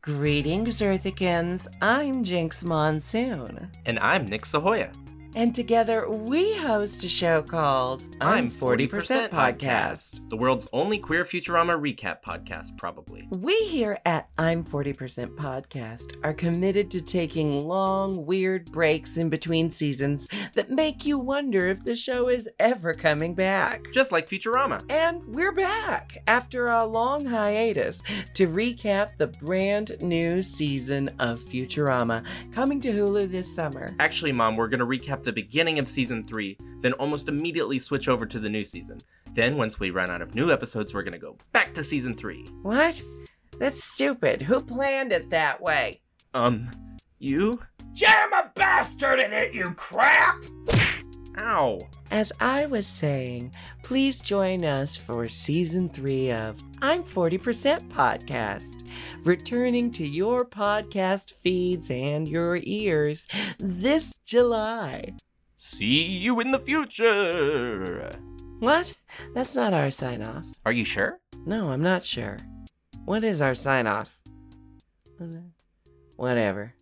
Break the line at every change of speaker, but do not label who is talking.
Greetings, Earthicans. I'm Jinx Monsoon.
And I'm Nick Sahoya.
And together we host a show called
the world's only queer Futurama recap podcast, probably.
We here at I'm 40% Podcast are committed to taking long, weird breaks in between seasons that make you wonder if the show is ever coming back.
Just like Futurama.
And we're back after a long hiatus to recap the brand new season of Futurama coming to Hulu this summer.
Actually, Mom, we're going to recap the beginning of season three, then almost immediately switch over to the new season. Then, once we run out of new episodes, we're going to go back to season three.
What? That's stupid. Who planned it that way?
Um, you?
Jam a bastard in it, you crap!
Ow.
As I was saying, please join us for season three of I'm 40% Podcast, returning to your podcast feeds and your ears this July.
See you in the future.
What? That's not our sign off.
Are you sure?
No, I'm not sure. What is our sign off? Whatever.